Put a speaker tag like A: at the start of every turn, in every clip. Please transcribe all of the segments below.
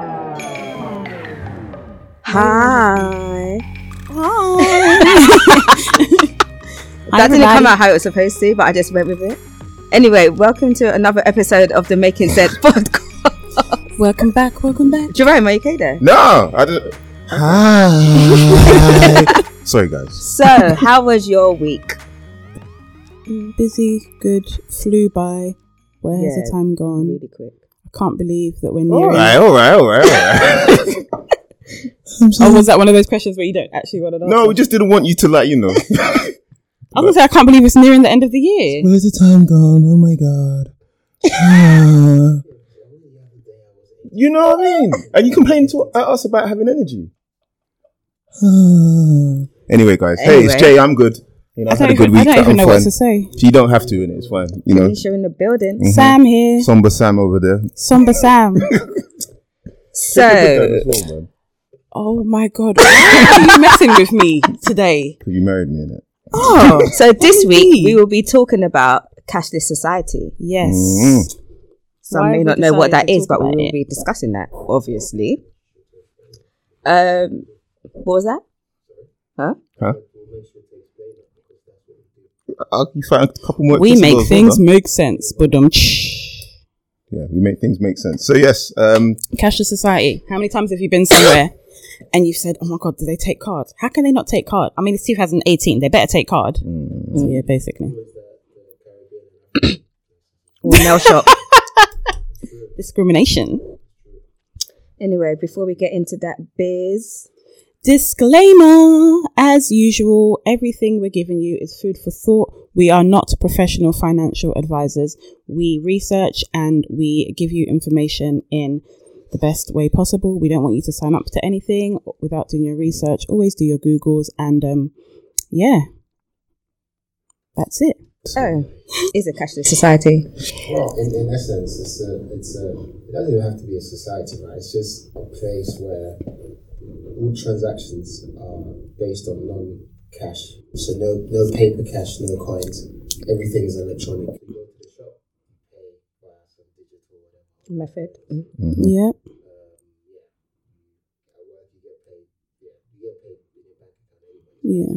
A: Hi.
B: Hi,
A: That didn't come
B: everybody.
A: out how it was supposed to, but I just went with it. Anyway, welcome to another episode of the Making Said podcast.
B: Welcome back, welcome back.
A: Jerome, are you okay there?
C: No, I just. Hi. Sorry, guys.
A: So, how was your week?
B: Mm, Busy, good, flew by. Where
A: Yeah.
B: has the time gone?
A: Really quick.
B: I can't believe that we're
C: All
B: nearing.
C: right, all right, all right. All right.
B: Oh, was that one of those questions where you don't actually want to know?
C: no, we just didn't want you to like you know.
B: I was gonna say I can't believe it's nearing the end of the year.
C: Where's the time gone? Oh my god. you know what I mean? And you complain to at us about having energy. anyway, guys. Hey, it's
A: Anyway.
C: Jay. I'm good. You know,
B: I
C: I've had
B: don't
C: a good
B: even,
C: week.
B: I don't even
C: I'm
B: know
C: fine.
B: what to say.
C: You don't have to, and it's fine. You know,
A: Alicia in the
C: Mm-hmm.
A: building.
B: Sam here,
C: somber Sam over there.
B: somber Sam.
A: So,
B: oh my god, why are you messing with me today?
C: Because you married me in it.
B: Oh
A: so this week
B: Indeed.
A: we will be talking about cashless society.
B: yes.
C: Mm.
A: Some
B: Why
A: may
B: have
A: not
B: we
A: know what
B: decided
A: that
B: to
A: is,
B: talk
A: but we
B: about
A: will
B: it?
A: be discussing that, obviously. Um, what was that? Huh?
C: Huh? I'll- you find a couple more.
B: We
C: episodes
B: make
C: over.
B: things make sense, but um,
C: Yeah, we make things make sense. So yes, um,
B: cashless society. How many times have you been somewhere and you've said, "Oh my god, do they take card? How can they not take card?" I mean, it's 2018; they better take card. So, yeah, basically.
A: Or nail shop.
B: Discrimination.
A: Anyway, before we get into that biz,
B: Disclaimer. As usual, everything we're giving you is food for thought. We are not professional financial advisors. We research and we give you information in the best way possible. We don't want you to sign up to anything without doing your research. Always do your Googles and, um, yeah. That's it.
A: oh, is a cashless society.
D: Well, Oh, in, in essence, it's a, it's a, it doesn't even have to be a society, right? It's just a place where all transactions are based on non cash. So no, no paper cash, no coins. Everything's electronic. You go to the shop, you pay via some digital whatever.
A: Method.
B: Yeah.
D: I work, you get paid. Yeah, you get paid in your bank account anyway.
B: Yeah.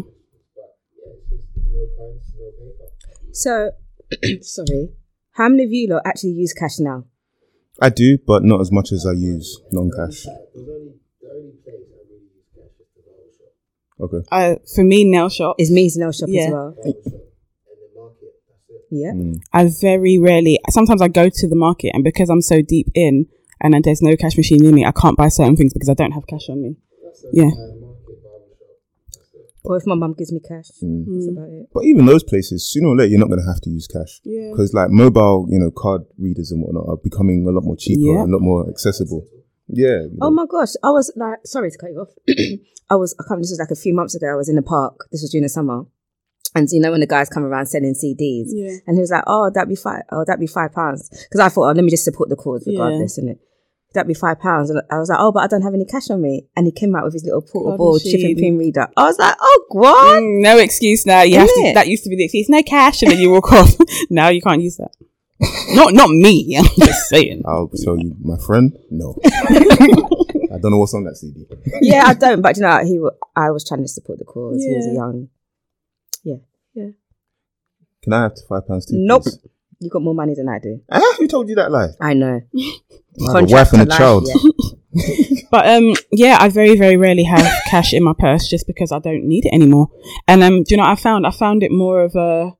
D: But yeah, it's just no coins, no paper.
A: So, sorry. How many of you lot actually use cash now?
C: I do, but not as much as I use non-cash.
D: There's only the only place I really use cash is the barber shop.
C: Okay.
B: Uh, for me, nail shop.
A: Is me's nail shop
B: Yeah.
A: as well?
D: Barber shop and the market. That's it.
A: Yeah.
B: I very rarely. Sometimes I go to the market, and because I'm so deep in, and then there's no cash machine near me, I can't buy certain things because I don't have cash on me. Yeah.
A: Or if my mum gives me cash, that's about it.
C: But even those places, sooner or later, you're not going to have to use cash
B: Yeah.
C: because, like, mobile, you know, card readers and whatnot are becoming a lot more cheaper,
B: Yeah.
C: and a lot more accessible. Yeah. you
A: Oh
C: know.
A: my gosh, I was like, sorry to cut you off. I was, I can't, this was like a few months ago. I was in the park. This was during the summer. And you know, when the guys come around selling CDs,
B: Yeah.
A: and he was like, oh, that'd be five, oh, that'd be five pounds. Because I thought, oh, let me just support the cause
B: Yeah.
A: regardless, innit? That'd be five pounds. And I was like, oh, but I don't have any cash on me. And he came out with his little portable chip and
B: machine.
A: pin reader. I was like, oh, what?
B: Mm, no excuse now. You have to,
A: Innit?
B: that used to be the excuse. No cash, and then you walk off. now you can't use that. not not me. I'm just saying.
C: I'll tell you, my friend. No. I don't know what's on that CD.
A: yeah, I don't. But you know, he, wa- I was trying to support the cause. He was
B: Yeah.
A: young.
C: Can I have five pounds too?
A: Nope.
C: please?
A: You got more money than I do.
C: Ah, who told you that lie?
A: I know.
C: I have a wife and a
A: Contract to
C: child.
A: life, yeah.
B: But um, yeah, I very very rarely have cash in my purse just because I don't need it anymore. And um, do you know what I found? I found it more of a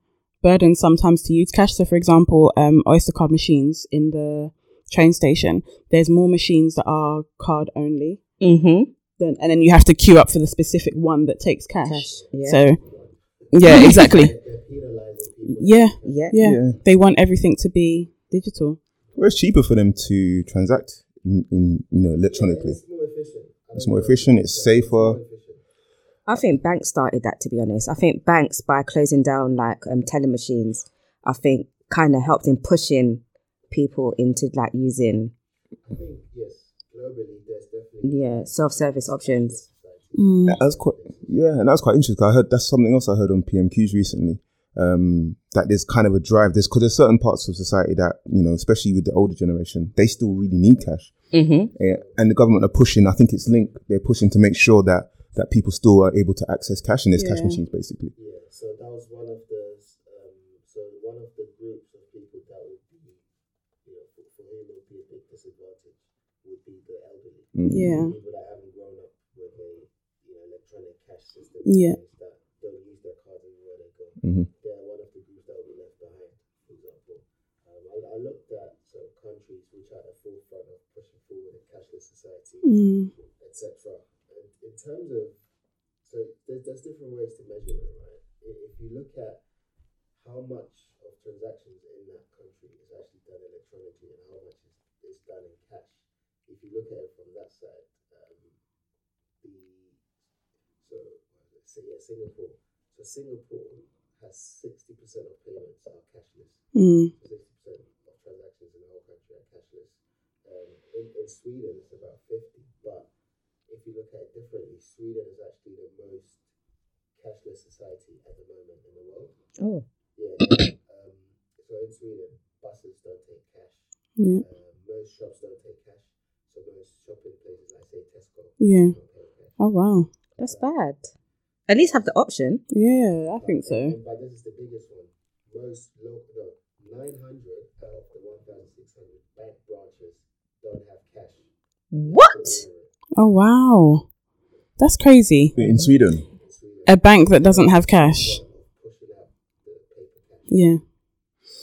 B: burden sometimes to use cash. So for example, um, Oyster card machines in the train station. There's more machines that are card only,
A: Mhm.
B: than, and then you have to queue up for the specific one that takes cash.
A: Cash, yeah.
B: So yeah, exactly. yeah,
A: Yeah.
B: yeah,
C: Yeah.
B: They want everything to be digital.
C: Well, it's cheaper for them to transact in, in you know electronically. It's more efficient. It's safer.
A: I think banks started that to be honest. I think banks by closing down like um teller machines, I think kind of helped in pushing people into like using
D: I think yes, globally there's definitely
A: yeah self-service options.
B: Mm.
C: That's quite yeah, and that's quite interesting. I heard that's something else I heard on PMQs recently um, that there's kind of a drive. There's because there's certain parts of society that you know, especially with the older generation, they still really need cash,
A: Mm-hmm.
C: yeah. and the government are pushing. I think it's linked. They're pushing to make sure that that people still are able to access cash and there's cash
B: Yeah.
C: machines basically.
D: Yeah, so that was one of the um, so one of the groups of people that would be you know for for whom it would be a big disadvantage would be the elderly.
C: Mm.
B: Yeah.
D: People that haven't grown up with a you know electronic cash system
B: Yeah.
D: that don't use their cards anywhere they go.
C: Mhm.
D: They're one of the groups that will be left behind, for example. Um, I, I looked at sort of countries which are at the forefront of pushing forward a cashless society
B: Mm.
D: etc. And in terms of, so there's, there's different ways to measure it, right? If, if you look at how much of transactions in that country is actually done electronically and how much is, is done in cash, if you look at it from that side, um, the so say yeah, Singapore. So Singapore has sixty percent of payments are cashless.
B: Mm.
D: 60% of transactions in the whole country are cashless. Um, in, in Sweden, it's about 50, but if you look at it differently, Sweden is actually the most cashless society at the moment in the world.
A: Oh,
D: Yeah. um, so in Sweden, buses don't take cash.
B: Yeah.
D: Um, most shops don't take cash. So most shopping places, like say Tesco,
B: Yeah.
D: don't take cash.
B: Oh wow.
A: that's bad. At least have the option.
B: Yeah, I think so.
D: But this is the biggest one. Most local, no, 900 out of the 1,600 bank branches don't have cash.
A: What?
B: Oh wow. That's crazy.
C: In Sweden,
B: A bank that doesn't have cash. Yeah.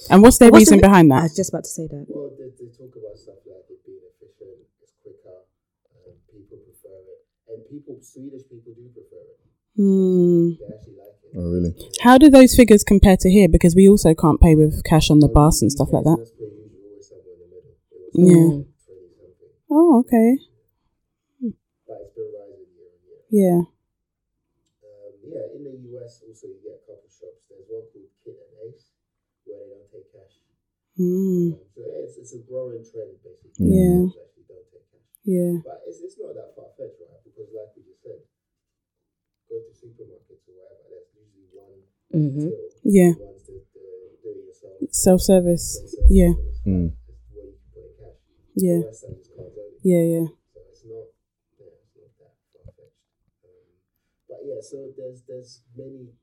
B: And what's their
A: What's
B: reason
A: the-
B: behind
A: I
B: that?
A: was just about to say that.
D: Well, they, they talk about stuff like it being efficient, it's quicker, and people prefer it. And people, Swedish people do prefer it.
B: Hmm.
D: They actually like it.
C: oh really?
B: How do those figures compare to here? Because we also can't pay with cash on the bus and stuff like that.
D: That's where you always somewhere in the middle. It was
B: Yeah.
D: 20 something,
B: Oh, okay.
D: but it's been rising year on year.
B: Yeah.
D: Um, yeah, in the US also you get a couple shops. There's one called Kit and Ace where they don't take cash.
B: Hmm.
D: Um, so yeah, it's, it's a growing trend basically.
B: Yeah.
D: Shops Actually don't take cash.
B: Yeah.
D: But it's, it's not that far fetched, right? Because like you just said, go to supermarkets or whatever, there's usually one
A: Mm-hmm.
D: till
B: Mm. Yeah.
D: one's the, the do it yourself.
B: Self service. Yeah.
C: Mm.
D: It's where you can put in cash.
B: Yeah.
D: The rest of it's card only.
B: Yeah. Yeah.
D: So it's not, yeah, it's not that far fetched. Um, but yeah, so there's there's many,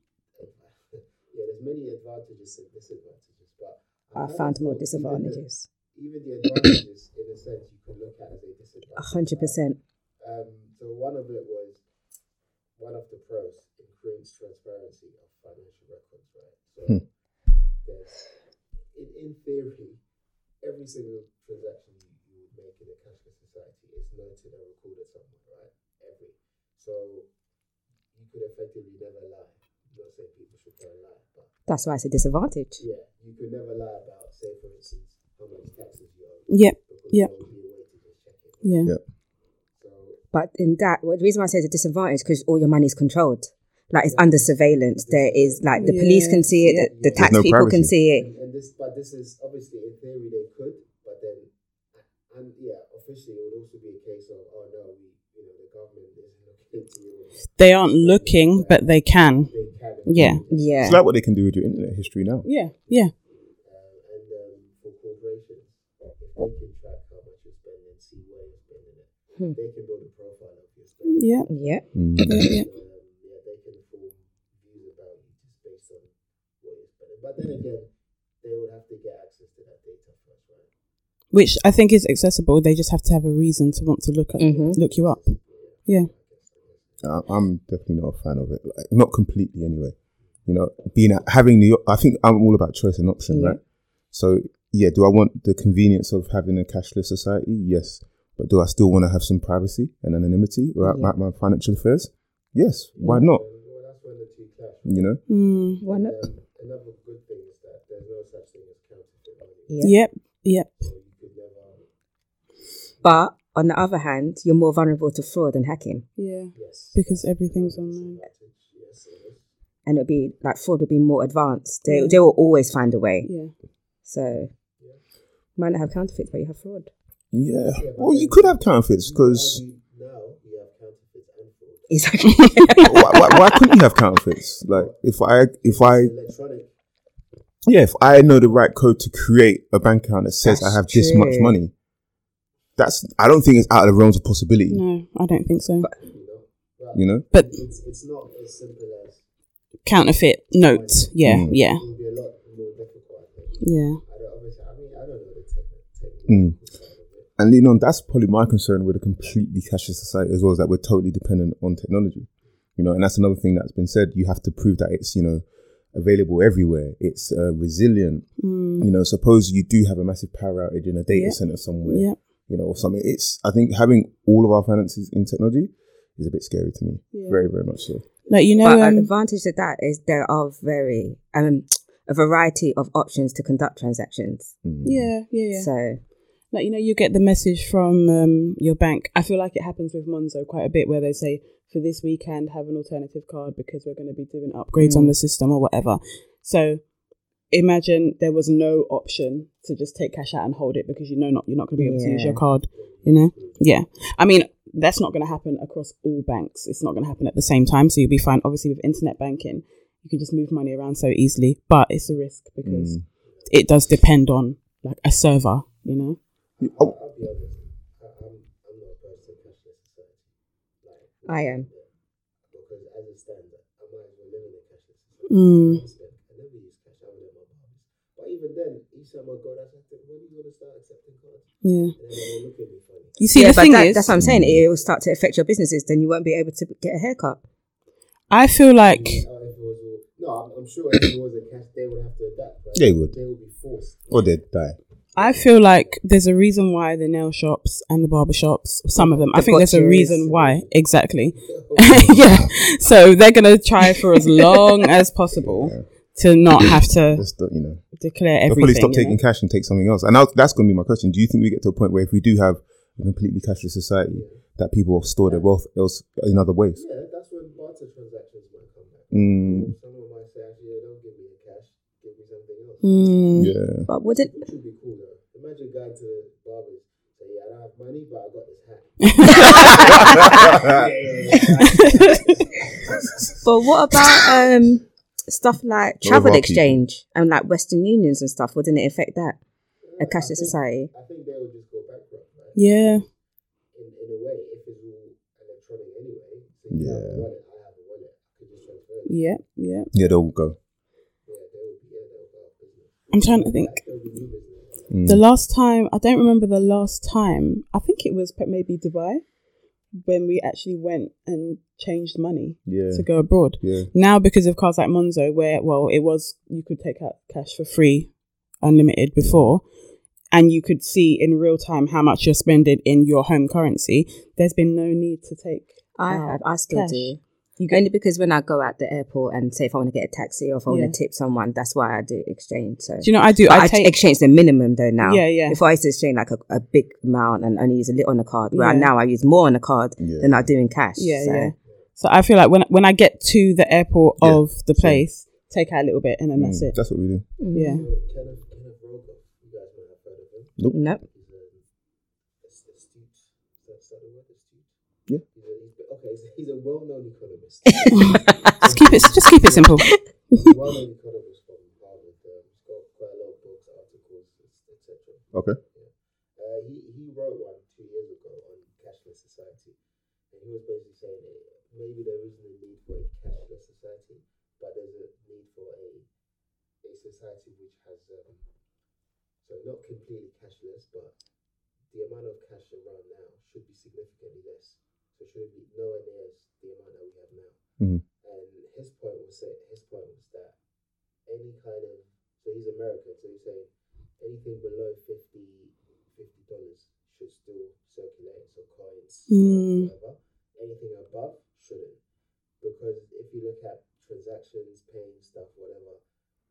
D: yeah, there's many advantages and disadvantages. But
A: I
D: kind
A: found
D: of
A: more
D: thought even the-
A: disadvantages.
D: Even the, advantages, in a sense, you could look at as a
A: A
D: disadvantage.
A: hundred percent.
D: right? Um, so one of it was one of the pros increased transparency of financial records, right? So
C: Hmm.
D: there's, in, in theory, every single transaction you would make in a cashless society is noted and recorded somewhere, right? Every. So you could effectively never lie. Not saying people should go and lie, but
A: That's why it's a disadvantage.
D: yeah, you could never lie about, say, for instance, how much taxes you owe.
B: Yep.
D: Because
B: Yeah.
D: there would be a way to just check it.
B: Yeah.
D: So
A: But in that, well, the reason why I say it's a disadvantage because all your money is controlled. Like it's under surveillance. There is like the police
B: Yeah.
A: can see it, the, the
D: There's
A: tax
C: no
A: people can
C: privacy.
A: see it.
D: and, and this, but this is obviously in theory they could, but then, and yeah, officially it would also be a case of oh no, we, you know, the government isn't looking into you.
B: They aren't looking, but they can.
D: They can.
B: Yeah.
A: Yeah.
C: It's like what they can do with your internet history now.
B: Yeah. Yeah.
D: Um, and um, for corporations, if they can track how much you spend and see where you're spending it,
A: Hmm.
D: they can build a profile of your spending.
B: Yeah.
A: Yeah.
C: Mm.
B: Yeah. yeah.
D: Um, yeah, they can form views about you just based on what you're spending. But then again, they would have to get access to that data first, right?
B: Which I think is accessible. They just have to have a reason to want to look at,
A: Mhm.
B: look you up. Yeah.
C: I- I'm definitely not a fan of it. Like, not completely, anyway. You know, being at, having New York, I think I'm all about choice and option,
A: Yeah.
C: right? So, yeah, do I want the convenience of having a cashless society? Yes, but do I still want to have some privacy and anonymity about
A: Yeah.
C: my, my financial affairs? Yes, why not?
D: Well, that's when the two clash.
C: You know,
B: Mm.
A: Why not?
D: Um, another good thing is that there's no such thing as counterfeit money.
A: Yeah.
B: Yep. Yep.
D: So you could never,
A: But on the other hand, you're more vulnerable to fraud and hacking.
B: Yeah.
D: yes.
B: Because everything's online.
D: Yes, it is.
A: And it'd be like fraud would be more advanced. They, they will always find a way.
B: Yeah.
A: So might not have counterfeits, but you have fraud.
C: yeah. Well, you could have counterfeits because
D: Now you have counterfeit and fraud.
A: Exactly.
C: why, why, why couldn't you have counterfeits? Like, if I if I
D: Electronic
C: Yeah, if I know the right code to create a bank account that says
A: That's
C: I have this much
A: true.
C: money, that's I don't think it's out of the realms of possibility.
B: No, I don't think so.
D: you know. But
C: You know,
B: But
D: it's, it's not as simple as
B: counterfeit notes. Yeah,
C: Mm.
B: yeah,
D: it would be a lot more difficult. I think.
B: yeah.
D: I don't obviously. I mean, I don't know the technical technical
C: Mm.
D: side of it.
C: and you know that's probably my concern with a completely cashless society as well is that we're totally dependent on technology. You know, and that's another thing that's been said. You have to prove that it's you know available everywhere. It's uh, resilient.
B: Mm.
C: You know, suppose you do have a massive power outage in a data
B: Yeah.
C: center somewhere.
B: Yeah,
C: you know, or something. It's I think having all of our finances in technology is a bit scary to me.
B: Yeah.
C: Very, very much so.
B: like you know,
A: But an
B: um,
A: advantage to that is there are very um a variety of options to conduct transactions.
C: Mm.
B: yeah, yeah, yeah.
A: So
B: Like you know, you get the message from um, your bank. I feel like it happens with Monzo quite a bit, where they say for this weekend have an alternative card because we're going to be doing upgrades on the system or whatever. So imagine there was no option to just take cash out and hold it because you know not you're not going to be able to use
A: Yeah.
B: your card. You know, yeah. I mean, that's not going to happen across all banks. It's not going to happen at the same time. So you'll be fine. Obviously, with internet banking, you can just move money around so easily, but it's a risk because it does depend on like a server. You know.
C: Oh,
D: I'll be honest. I, I'm I'm not opposed to cashless society. Like,
A: I um, am.
D: because as it stands, I might as well live in a cashless society.
B: Mm.
D: respect. I never use cash. I would have my barbers. But even then, each time I go, that's like, when are you going to start accepting cards?
B: Yeah.
D: And then they look at me funny.
B: You see,
A: yeah,
B: the
A: but
B: thing
A: that-
B: is,
A: that's what I'm saying. It will start to affect your businesses. Then you won't be able to get a haircut.
B: I feel like,
D: Uh, if it was all, no, I'm, I'm sure if it was a cash, they would have to adapt. Right?
C: They would.
D: They would be forced.
C: or they die.
B: I feel like there's a reason why the nail shops and the barber shops, some of them, I
A: They've
B: think
A: got
B: there's a
A: you.
B: reason why exactly. yeah. So they're gonna try for as long as possible to not have to
C: That's the, you know,
B: declare
C: they'll
B: everything.
C: probably stop
B: you
C: taking
B: know?
C: cash and take something else. And now that's going to be my question. Do you think we get to a point where if we do have a completely cashless society, that people will store their wealth else in other ways?
D: Yeah, that's when barter transactions might come back.
C: Mm,
D: Someone might say, actually, yeah, don't give me the cash, give me something else.
B: Mm,
C: yeah.
A: But wouldn't
D: Which would be cool, though. Imagine going to barbers. Say, yeah, I don't have money, but I got this hat.
A: But what about um stuff like
C: What about
A: travel
C: people?
A: exchange and like Western unions and stuff? Wouldn't it affect that? A cashless society.
D: I think they would just go bankrupt, right?
B: yeah.
D: in, in a way, if it's all electronic anyway, so you have a
C: Yeah.
D: wallet, I have a wallet, I could just transfer it.
B: Yeah. Yeah.
C: Yeah, they'll go.
D: Yeah, they would be, yeah, they would go out of business.
B: I'm trying to think.
D: That would be new business.
C: Mm.
B: The last time, I don't remember the last time. I think it was pe- maybe Dubai when we actually went and changed money
C: Yeah.
B: to go abroad.
C: Yeah.
B: Now, because of cars like Monzo, where well, it was you could take out cash for free, unlimited before, and you could see in real time how much you're spending in your home currency. There's been no need to take.
A: I
B: out
A: have. I still
B: cash.
A: do.
B: You go,
A: Only because when I go at the airport and say if I want to get a taxi or if I want
B: Yeah.
A: to tip someone, that's why I do exchange. So
B: do you know? I do.
A: But I,
B: I take.
A: exchange the minimum though now.
B: Yeah, yeah.
A: Before I used to exchange like a, a big amount and only use a little on the card. Where
B: Yeah.
A: now I use more on the card
C: Yeah.
A: than I do in cash.
B: yeah,
A: so.
B: yeah. So I feel like when when I get to the airport
C: Yeah,
B: of the place, take out a little bit, and then that's
C: Mm,
B: it.
C: That's what we do.
B: yeah.
D: So, Kenneth, Kenneth Rogan, you guys might have heard of him.
A: Nope.
D: He's a a- astute, that's that the word, astute?
C: Yeah.
D: He's a, he's, okay, he's a, he's a well-known economist.
B: Just keep it. Just keep it simple.
D: he's a well-known economist from Harvard. Um, he's got quite a lot of books, articles, etc.
C: Okay.
D: Uh, he, he wrote one two years ago on cashless society, and he was basically saying that maybe there isn't a need for a cashless society, but there's a need for a a society which has um, so not completely cashless, but the amount of cash around now should be significantly less. So it should be nowhere near as the amount that we have now.
C: Mhm.
D: And his point was that his point was that any kind of so he's American, so he's saying anything below 50 dollars should still circulate, so coins,
B: Mm.
D: whatever. Anything above shouldn't, because if you look at transactions, paying stuff, whatever,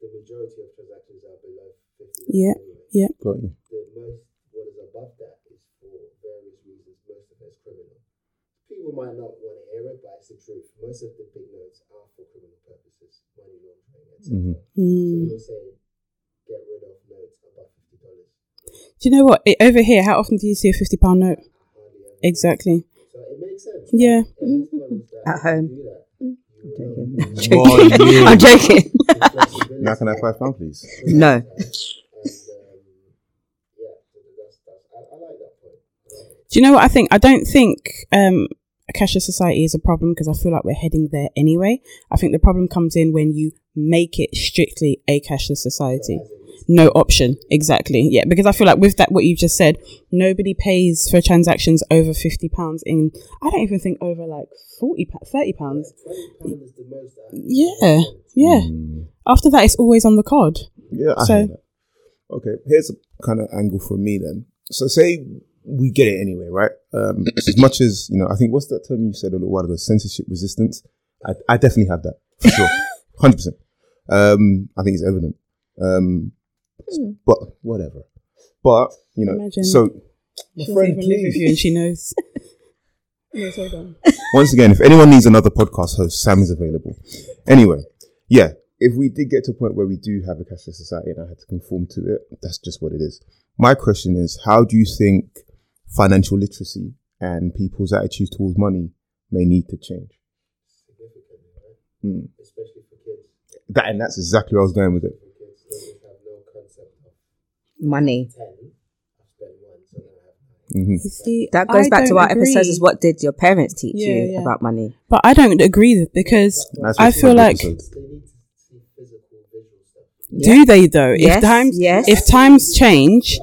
D: the majority of transactions are below fifty. dollars
B: Yeah,
D: anyway.
B: yeah.
C: Got you.
D: The most what is above that is for various reasons, most of it's criminal. People might not want to hear it, but it's the truth. Most of the big notes are for criminal purposes, money laundering, etc.
C: Mhm.
D: So
B: Mm.
D: he was saying, get rid of notes above fifty dollars.
B: Do you know what? It, over here, how often do you see a fifty pound note?
D: Hardly ever.
B: Exactly.
D: So it makes sense.
B: Yeah. Mm-hmm.
D: At this point, it's like,
A: At home.
D: You do that, you
A: joking. I'm
C: One
A: joking.
C: year.
A: I'm joking.
C: Now can I have five pound, please?
A: No.
D: um,
B: Do you know what I think? I don't think um, a cashless society is a problem because I feel like we're heading there anyway. I think the problem comes in when you make it strictly a cashless society. No option, exactly. Yeah, because I feel like with that, what you just said, nobody pays for transactions over fifty pounds. In I don't even think over like forty, pa- thirty pounds.
D: uh,
B: Yeah, yeah.
C: Mm.
B: After that, it's always on the card.
C: Yeah, I
B: So-
C: hear that. Okay, here's a kind of angle for me then. So say we get it anyway, right? Um, as much as you know, I think what's that term you said a little while ago? Censorship resistance. I, I definitely have that for sure, hundred percent. Um, I think it's evident. Um, but whatever. But you know,
B: Hmm. Imagine.
C: so my
B: She doesn't
C: friend,
B: even live with you,
C: please.
B: and she knows.
C: Once again, if anyone needs another podcast host, Sam is available. Anyway, yeah, if we did get to a point where we do have a cashless society and I had to conform to it, that's just what it is. My question is, how do you think financial literacy and people's attitudes towards money may need to change? Mm. That and that's exactly where I was going with it.
A: Money.
C: hmm
B: You see,
A: That goes
B: I
A: back to
B: don't
A: our episodes
B: agree.
A: is what did your parents teach
B: Yeah,
A: you
B: yeah.
A: about money?
B: But I don't agree with- because
C: That's
B: I
C: what
B: feel
C: the
B: like
C: episode-
A: Yeah.
B: do they though?
A: Yes,
B: if times
A: yes.
B: if times change,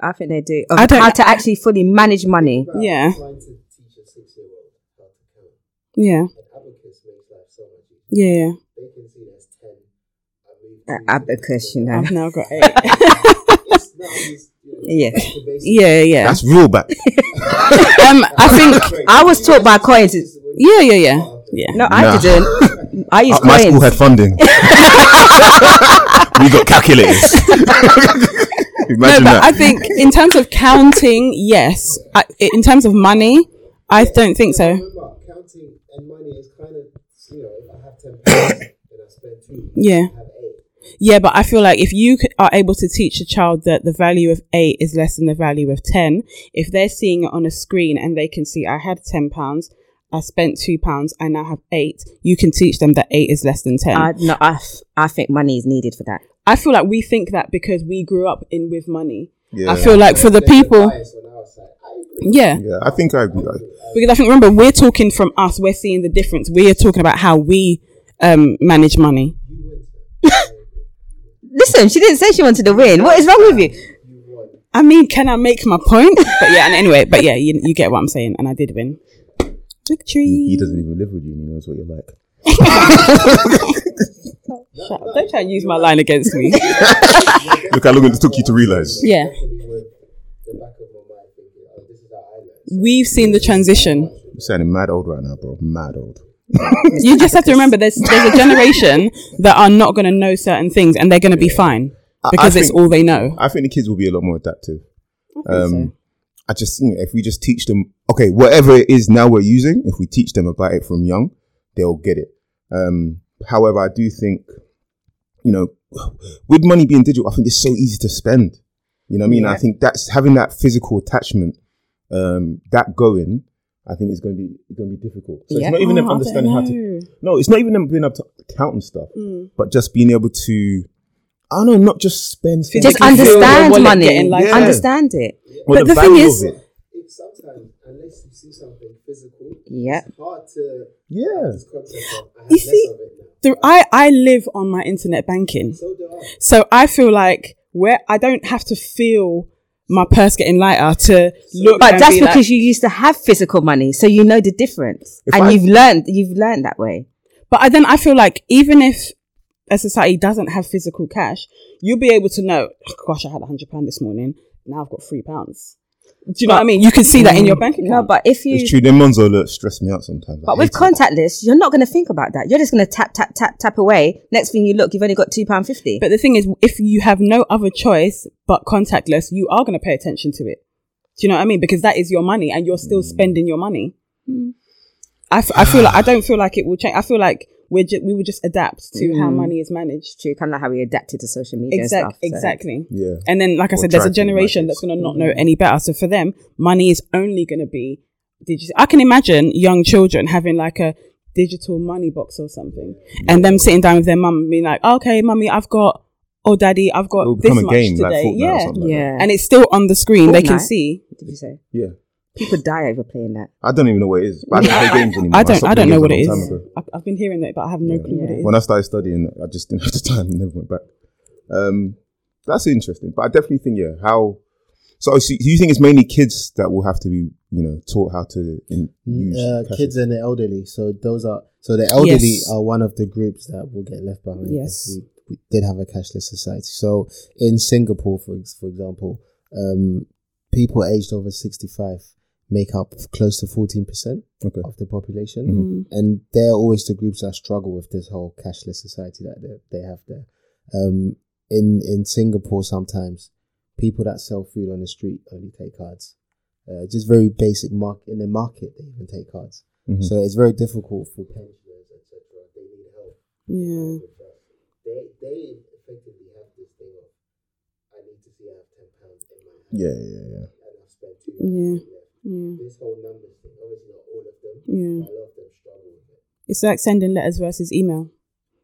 A: I think they do. Of
B: I don't-
A: how to actually fully manage money.
B: yeah, yeah, yeah. yeah.
A: Uh, abacus, you know.
B: I've now got eight.
A: Yeah.
B: yeah, yeah.
C: That's real back.
B: Um, I think
A: I was taught by coins.
B: yeah, yeah, yeah, yeah.
A: No, I
C: Nah.
A: didn't. I used
C: Uh, my school
A: coins.
C: had funding. we got calculators.
B: No,
C: Imagine
B: but
C: that.
B: I think in terms of counting, yes. I, in terms of money, I don't think so.
D: Remember, counting and money is kind of, you know, if I have 10 pounds and I spend two,
B: Yeah,
D: I have eight.
B: yeah. But I feel like if you c- are able to teach a child that the value of eight is less than the value of ten, if they're seeing it on a screen and they can see I had ten pounds. I spent two pounds. I now have eight. You can teach them that eight is less than ten.
A: I, no, I, f- I think money is needed for that.
B: I feel like we think that because we grew up in with money.
C: Yeah.
B: I feel like for the
D: There's a
B: people,
D: bias on our side. I agree.
B: yeah.
C: Yeah, I think I agree. Like,
B: Because I think remember we're talking from us, we're seeing the difference. We're talking about how we um, manage money.
A: Listen, she didn't say she wanted to win. What is wrong with you?
B: I mean, can I make my point? But yeah, and anyway, but yeah, you, you get what I'm saying, and I did win.
C: he, he
B: Victory.
C: doesn't even live with you and he knows what you're like.
B: Shut up. Don't try and use my line against me.
C: Look how long it took you to realize.
B: yeah.
D: oh,
B: We've seen the transition.
C: You're sounding mad old right now, bro. Mad old.
B: You just have to remember there's there's a generation that are not going to know certain things, and they're going to be fine
C: I
B: because it's
C: think-
B: all they know.
C: I think the kids will be a lot more adaptive.
B: I think so.
C: Um, I just think if we just teach them, okay, whatever it is now we're using, if we teach them about it from young, they'll get it. Um, however, I do think, you know, with money being digital, I think it's so easy to spend. You know what I mean? I think that's having that physical attachment, um, that going, I think is going to be going to be difficult. So
A: Yeah.
C: it's not even
B: Oh,
C: them
B: I
C: understanding how
B: don't
C: to.
B: know. Hmm.
C: No, it's not even them being able to count and stuff, but just being able to, I don't know, not just spend. spend
A: Just
B: Physically feel your
A: understand
B: wallet
A: money.
B: getting like-
C: Yeah.
A: Understand it.
C: Or
B: but the thing
C: value
B: is-
C: of it.
D: It's sometimes, unless you see something physical,
A: Yeah.
D: it's hard to
C: yeah.
D: this concept of I have
B: You
D: less
B: see-
D: of it now.
B: The- I, I live on my internet banking.
D: So do I.
B: So I feel like where I don't have to feel my purse getting lighter to look.
A: But
B: and
A: that's
B: be like-
A: because you used to have physical money, so you know the difference,
C: If
A: and
C: I-
A: you've learned you've learned that way.
B: But I, then I feel like even if a society doesn't have physical cash, you'll be able to know. "Oh, gosh, I had a hundred pound this morning. Now I've got three pounds. Do you know what I mean? You can see that in your bank account.
A: Mm, No, but if you
C: It's true. Them ones are look, stress me out sometimes.
A: but
C: I
A: with
C: hate it.
A: contactless, you're not going to think about that. You're just going to tap tap tap tap away. Next thing you look, you've only got two pound fifty.
B: But the thing is, if you have no other choice but contactless, you are going to pay attention to it. Do you know what I mean? Because that is your money and you're
A: Mm.
B: still spending your money. I, f- I feel like I don't feel like it will change. I feel like we're ju- we will just adapt to
A: Mm.
B: how money is managed.
A: True, kind of like how we adapted to social media.
B: Exact,
A: and stuff, so-
B: exactly.
C: Yeah.
B: And then, like I
C: Or
B: said, there's a
C: tracking mm-hmm.
B: generation
C: methods.
B: that's going to not know any better. So for them, money is only going to be digital. I can imagine young children having like a digital money box or something, and them sitting down with their mum and being like, "Okay, mummy, I've got," or "Daddy, I've
C: It'll
B: got this
C: become a
B: much
C: game like
B: today."
C: Fortnite or
B: yeah,
C: something like that.
A: Yeah.
B: and it's still on the screen. They can
A: Fortnite?
B: see.
A: Did you say?
C: Yeah.
A: People die over playing that.
C: I don't even know what it is. But I don't play games anymore.
B: I don't.
C: stopped
B: I don't
C: playing
B: know what it is.
C: games a long time ago.
B: I- I've been hearing that, but I have no clue what it is.
C: When I started studying, I just didn't have the time and never went back. Um, that's interesting, but I definitely think yeah. How so? so Do you think it's mainly kids that will have to be you know taught how to in, use
D: Uh,
C: cash?
D: kids and the elderly. So those are so the elderly
B: Yes.
D: are one of the groups that will get left behind. if
B: Yes.
D: we, we did have a cashless society. So in Singapore, for ex- for example, um, people aged over sixty five make up close to fourteen percent
C: Okay.
D: of the population,
B: Mhm.
D: and they're always the groups that struggle with this whole cashless society that they, they have there. Um, in in Singapore, sometimes people that sell food on the street only take cards. Uh, just very basic mark in the market they even take cards.
C: Mhm.
D: So it's very difficult for pensioners, etc. They need help
B: Yeah.
D: with that. They they effectively have this thing of I need to see I have ten pounds in my hand
C: Yeah, yeah, yeah.
D: and I've spent two
B: Yeah.
D: pounds left.
B: Yeah.
D: This whole numbers thing, obviously not all of them,
B: Yeah.
D: but a lot of them struggle with it.
B: It's like sending letters versus email.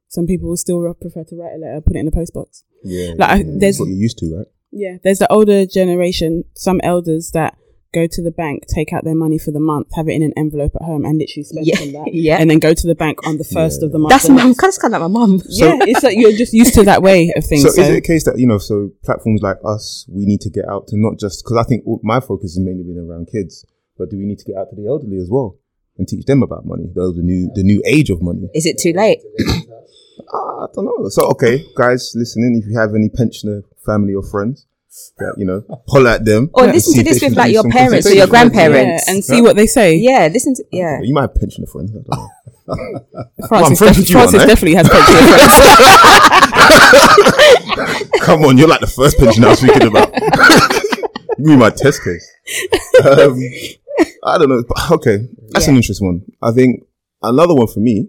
B: Some people will still prefer to write a letter, put it in the postbox.
C: Yeah,
B: Like, I-
C: yeah, yeah.
B: there's-
C: what you're used to, right?
B: Yeah. There's the older generation, some elders that go to the bank, take out their money for the month, have it in an envelope at home, and literally spend
A: Yeah,
B: on that.
A: yeah.
B: And then go to the bank on the first of the month.
A: That's
B: the
A: my. I'm
B: next-
A: kind of like my mum.
B: yeah, it's like you're just used to that way of things.
C: So,
B: So,
C: is it a case that you know? So platforms like us, we need to get out to not just because I think all, my focus has mainly been around kids, but do we need to get out to the elderly as well and teach them about money? Those the new the new age of money.
A: Is it too late?
C: Ah, I don't know. So, okay, guys listening, if you have any pensioner family or friends, that you know, holler at them.
A: Or
C: and
A: Oh, listen
C: see
A: to
C: if
A: this
C: they
A: with
C: can
A: like
C: do
A: your
C: some
A: parents or
C: consultation.
A: your
B: yeah,
A: grandparents.
B: and see what they say.
A: Yeah, listen to yeah.
C: You might have pensioner friends. I don't know. Well,
B: Francis,
C: I'm friends
B: def-
C: with you, aren't
B: Francis
C: I?
B: definitely has plenty of friends.
C: Come on, you're like the first pensioner I was thinking about. you mean my test case? Um, I don't know. but Okay, that's an interesting one. I think another one for me,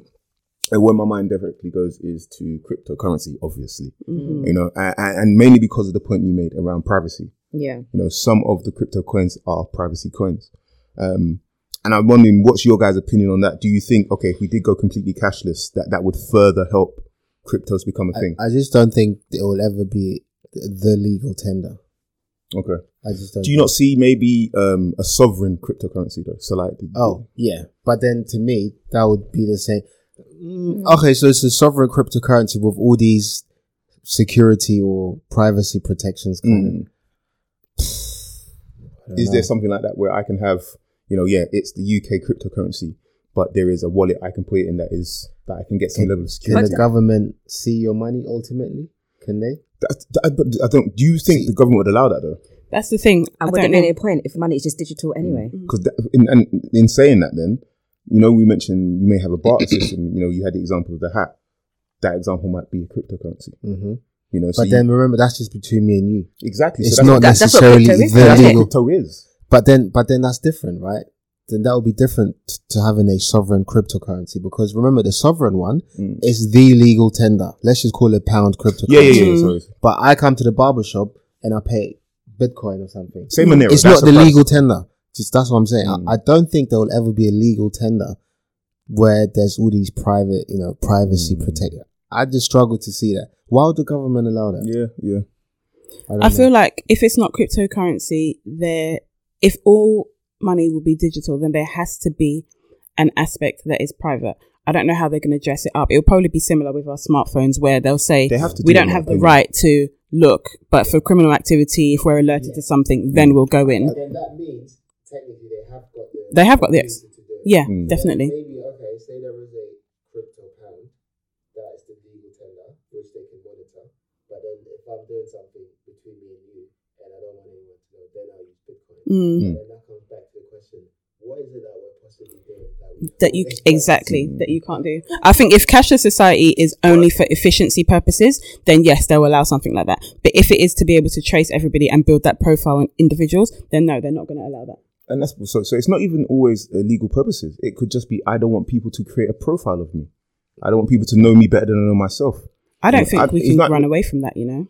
C: and where my mind directly goes, is to cryptocurrency, obviously. You know, and, and mainly because of the point you made around privacy.
A: Yeah.
C: you know some of the crypto coins are privacy coins um and i'm wondering what's your guys opinion on that do you think okay if we did go completely cashless that that would further help cryptos become a thing
D: I, I just don't think it will ever be th- the legal tender.
C: okay
D: I just don't.
C: do you not see maybe um a sovereign cryptocurrency though so like the,
D: Oh yeah, but then to me that would be the same. Mm, Okay, so it's a sovereign cryptocurrency with all these security or privacy protections. Kind of.
C: Mm. is
D: Uh-huh.
C: there something like that where i can have you know yeah it's the uk cryptocurrency but there is a wallet i can put it in that is that i can get some level of
D: Can
C: security
D: the government see your money ultimately? Can they?
C: that, that, but i don't do you think the government would allow that though
B: That's the thing. I
A: And would
B: don't
A: it be
B: know.
A: any point if money is just digital anyway?
C: because in, and in saying that then you know we mentioned you may have a barter system you know you had the example of the hat that example might be a cryptocurrency
D: Mm-hmm.
C: you know so
D: But
C: you-
D: then remember, that's just between me and you.
C: exactly
D: It's
C: so that's
D: not
C: what,
A: that- that's what
D: necessarily
A: crypto is,
D: the
C: that's
A: isn't
C: what
A: it?
D: legal.
C: crypto is
D: But then, but then that's different, right? Then that would be different t- to having a sovereign cryptocurrency because remember, the sovereign one
C: Mm.
D: is the legal tender. Let's just call it pound cryptocurrency.
C: yeah yeah yeah sorry.
D: But I come to the barber shop and I pay Bitcoin or something.
C: same Monero
D: it's
C: that's
D: not the
C: price.
D: legal tender. Just that's what I'm saying.
C: Mm.
D: I, I don't think there will ever be a legal tender where there's all these private, you know, privacy
C: Mm.
D: protect. I just struggle to see that. Why would the government allow that?
C: yeah yeah
D: don't
B: I
D: know.
B: feel like if it's not cryptocurrency, there if all money will be digital, then there has to be an aspect that is private. I don't know how they're going to dress it up. It'll probably be similar with our smartphones, where they'll say
C: They have to
B: we
C: do it,
B: don't
C: in my
B: have the
C: opinion.
B: right to look, but for criminal activity, if we're alerted to something, then we'll go in.
D: then that means technically they have got the
B: They have got the ex-
D: to do it.
B: Yeah,
C: Mm.
B: definitely.
D: Maybe okay, say there is a crypto pound that is the legal tender which they can monitor. But then if I'm doing something between me and you and I don't want anyone to know, then I'll use Bitcoin.
B: Mm.
D: And then that comes back to the question, what is it that we're possibly doing that we
B: that you exactly that you can't do. I think if cashless society is only for efficiency purposes, then yes, they'll allow something like that. But if it is to be able to trace everybody and build that profile on individuals, then no, they're not going to allow that.
C: and that's so so it's not even always uh, legal purposes it could just be i don't want people to create a profile of me i don't want people to know me better than i know myself
B: I don't
C: Yeah,
B: think
C: Mm, I-
B: we
C: it's
B: can
C: not-
B: run away from that. You know,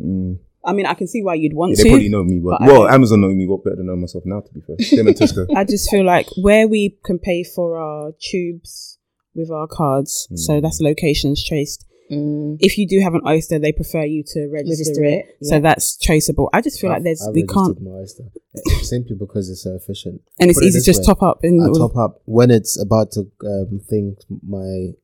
C: Mm.
B: I mean, I can see why you'd want
C: Yeah, they probably
B: to.
C: know me well.
B: But I
C: well,
B: don't-
C: Amazon know me well better than I know myself now. To be fair, them and Tesco.
B: I just feel like where we can pay for our tubes, with our cards.
C: Mm.
B: So that's locations traced. If you do have an oyster, they prefer you to register,
A: Register
B: it.
A: it,
B: So
A: yeah.
B: that's traceable. I just feel like there's we can't,
D: My oyster, simply because it's so efficient.
B: and it's
D: Put it
B: easy to
D: this
B: just
D: way.
B: top up and
D: I
B: all
D: top up when it's about to um, think my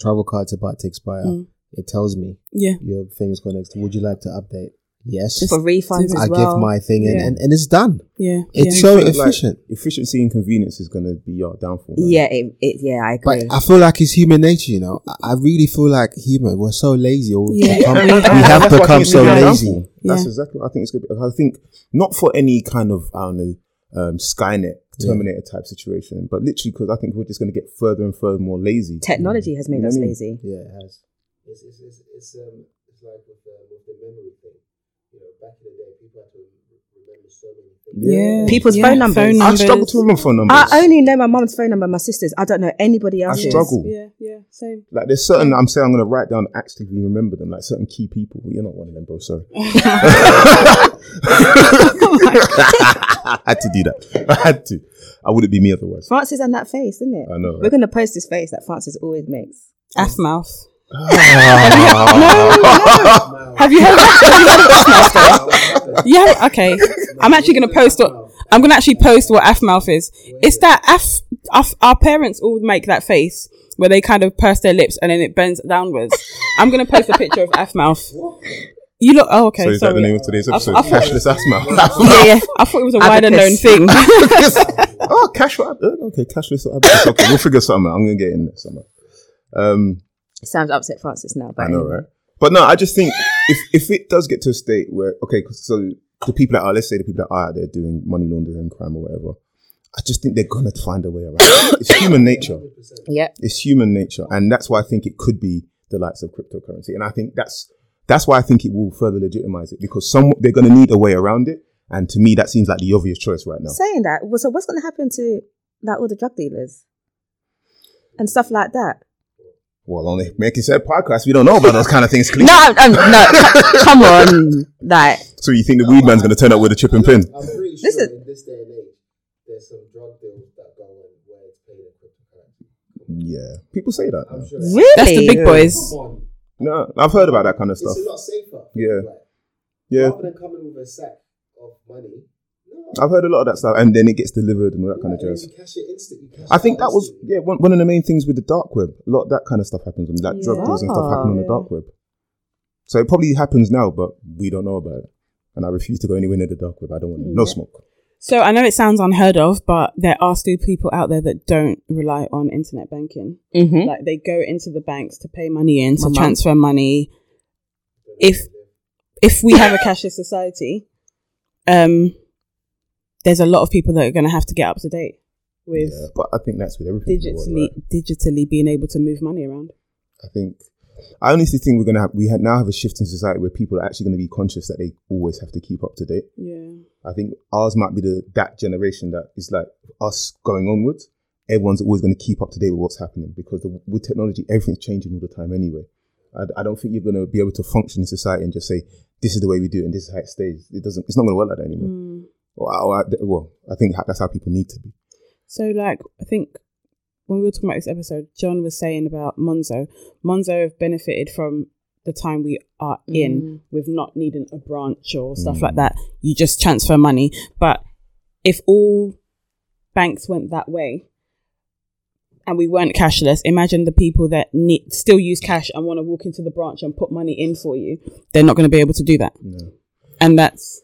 D: travel card's about to expire.
B: Mm.
D: It tells me
B: yeah.
D: your thing is going next. Would you like to update? Yes,
A: for refunds
B: do
A: as
D: I
A: well.
D: give my thing and,
B: Yeah.
D: and, and it's done.
B: Yeah,
D: It's
B: yeah.
D: so
C: Think, like,
D: efficient.
C: efficiency and convenience is going to be your downfall. man.
A: yeah, it, it, yeah, I agree.
D: But I feel like it's human nature, you know. I, I really feel like human. We're so lazy. Or
B: Yeah.
D: become, we have
C: That's why I think
D: become
C: it's
D: so
C: gonna be our
D: lazy.
C: downfall. That's
B: Yeah.
C: exactly. What I think it's going to be. I think not for any kind of I don't know um, Skynet Terminator type situation, but literally because I think we're just going to get further and further more lazy.
A: Technology has made
C: You know
A: us
C: what I mean?
A: lazy.
D: Yeah, it has. It's it's it's, it's um it's like with the with the memory thing. You know, back in the day, people had to remember so many things.
B: Yeah.
A: People's
B: Yeah,
A: phone numbers.
B: phone
C: I
B: numbers.
C: struggle to remember phone numbers.
A: I only know my mum's phone number, my sister's. I don't know anybody
C: I
A: else's.
C: struggle.
B: Yeah, yeah, same.
C: Like there's certain I'm saying I'm gonna write down actively remember them like certain key people. You're not one of them, bro. Sorry. I had to do that. I had to. I wouldn't be me otherwise.
A: Francis and that face, isn't it?
C: I know, right?
A: We're gonna post this face that Francis always makes.
B: Aff mouth.
D: Have you heard?
B: Yeah, okay. I'm actually going to post what I'm going to actually post what F mouth is. It's that F, F. Our parents all make that face where they kind of purse their lips and then it bends downwards. I'm going to post a picture of F mouth. You look. Oh, okay.
C: so is that the name
B: sorry.
C: of today's
B: I- I
C: episode?
B: thought-
C: Cashless asthma.
B: Yeah, yeah. I thought it was a wider known
A: Abacus.
B: thing.
C: oh, cash. Okay, cashless. Okay, we'll figure something out. I'm gonna get in there somehow. Um,
A: Sounds upset Francis now, but
C: I know, right? But no, I just think if if it does get to a state where okay, 'cause so the people that are let's say the people that are out there doing money laundering, crime, or whatever, I just think they're gonna find a way around. it. It's human nature.
A: Yeah.
C: It's human nature, and that's why I think it could be the likes of cryptocurrency, and I think that's that's why I think it will further legitimize it because some they're gonna need a way around it, and to me that seems like the obvious choice right now.
A: Saying that, well, so what's gonna happen to like all the drug dealers and stuff like that?
C: Well, on the Making Said podcast, we don't know about those kind of things. Cleo.
A: I'm, I'm, no, c- come on, like
C: So you think the weed man's gonna turn up with a chip and pin?
D: I'm pretty
A: This is-
D: in this day and age, there's some drug deals that go on where it's paid in cryptocurrency.
C: Yeah, people say that. though.
D: sure.
A: really.
B: That's the big boys.
D: Come on.
C: No, I've heard about that kind of stuff.
D: It's a lot safer.
C: Yeah.
D: Like,
C: Yeah,
D: Rather than coming with a sack of money, no,
C: I've heard a lot of that stuff, and then it gets delivered and all that kind of
D: Yeah, and
C: jazz.
D: you cash it instantly. You cash
C: I
D: it
C: think
D: out
C: that was
D: instantly.
C: yeah one, one of the main things with the dark web. A lot of that kind of stuff happens on like drug deals and stuff happen on the
B: Yeah.
C: dark web. So it probably happens now, but we don't know about it. And I refuse to go anywhere near the dark web. I don't want no smoke.
B: So I know it sounds unheard of, but there are still people out there that don't rely on internet banking.
A: Mm-hmm.
B: Like they go into the banks to pay money in, to
A: My mum.
B: transfer money. If if we have a cashless society, um, there's a lot of people that are going to have to get up to date with
C: Yeah, but I think that's with everything. in the world,
B: digitally
C: right?
B: digitally being able to move money around.
C: I think I honestly think we're gonna have we ha- now have a shift in society where people are actually gonna be conscious that they always have to keep up to date.
B: Yeah,
C: I think ours might be the that generation that is like us going onwards. Everyone's always going to keep up to date with what's happening because the, with technology, everything's changing all the time anyway. I, I don't think you're going to be able to function in society and just say this is the way we do it and this is how it stays. It doesn't. It's not going to work like that anymore.
B: Mm. Hmm.
C: Or, or I- well, I think that's how people need to be.
B: So, like, I think when we were talking about this episode, John was saying about Monzo. Monzo have benefited from the time we are in with not needing a branch or stuff like that. You just transfer money. But if all banks went that way and we weren't cashless, imagine the people that need, still use cash and want to walk into the branch and put money in for you. They're not going to be able to do that. And that's,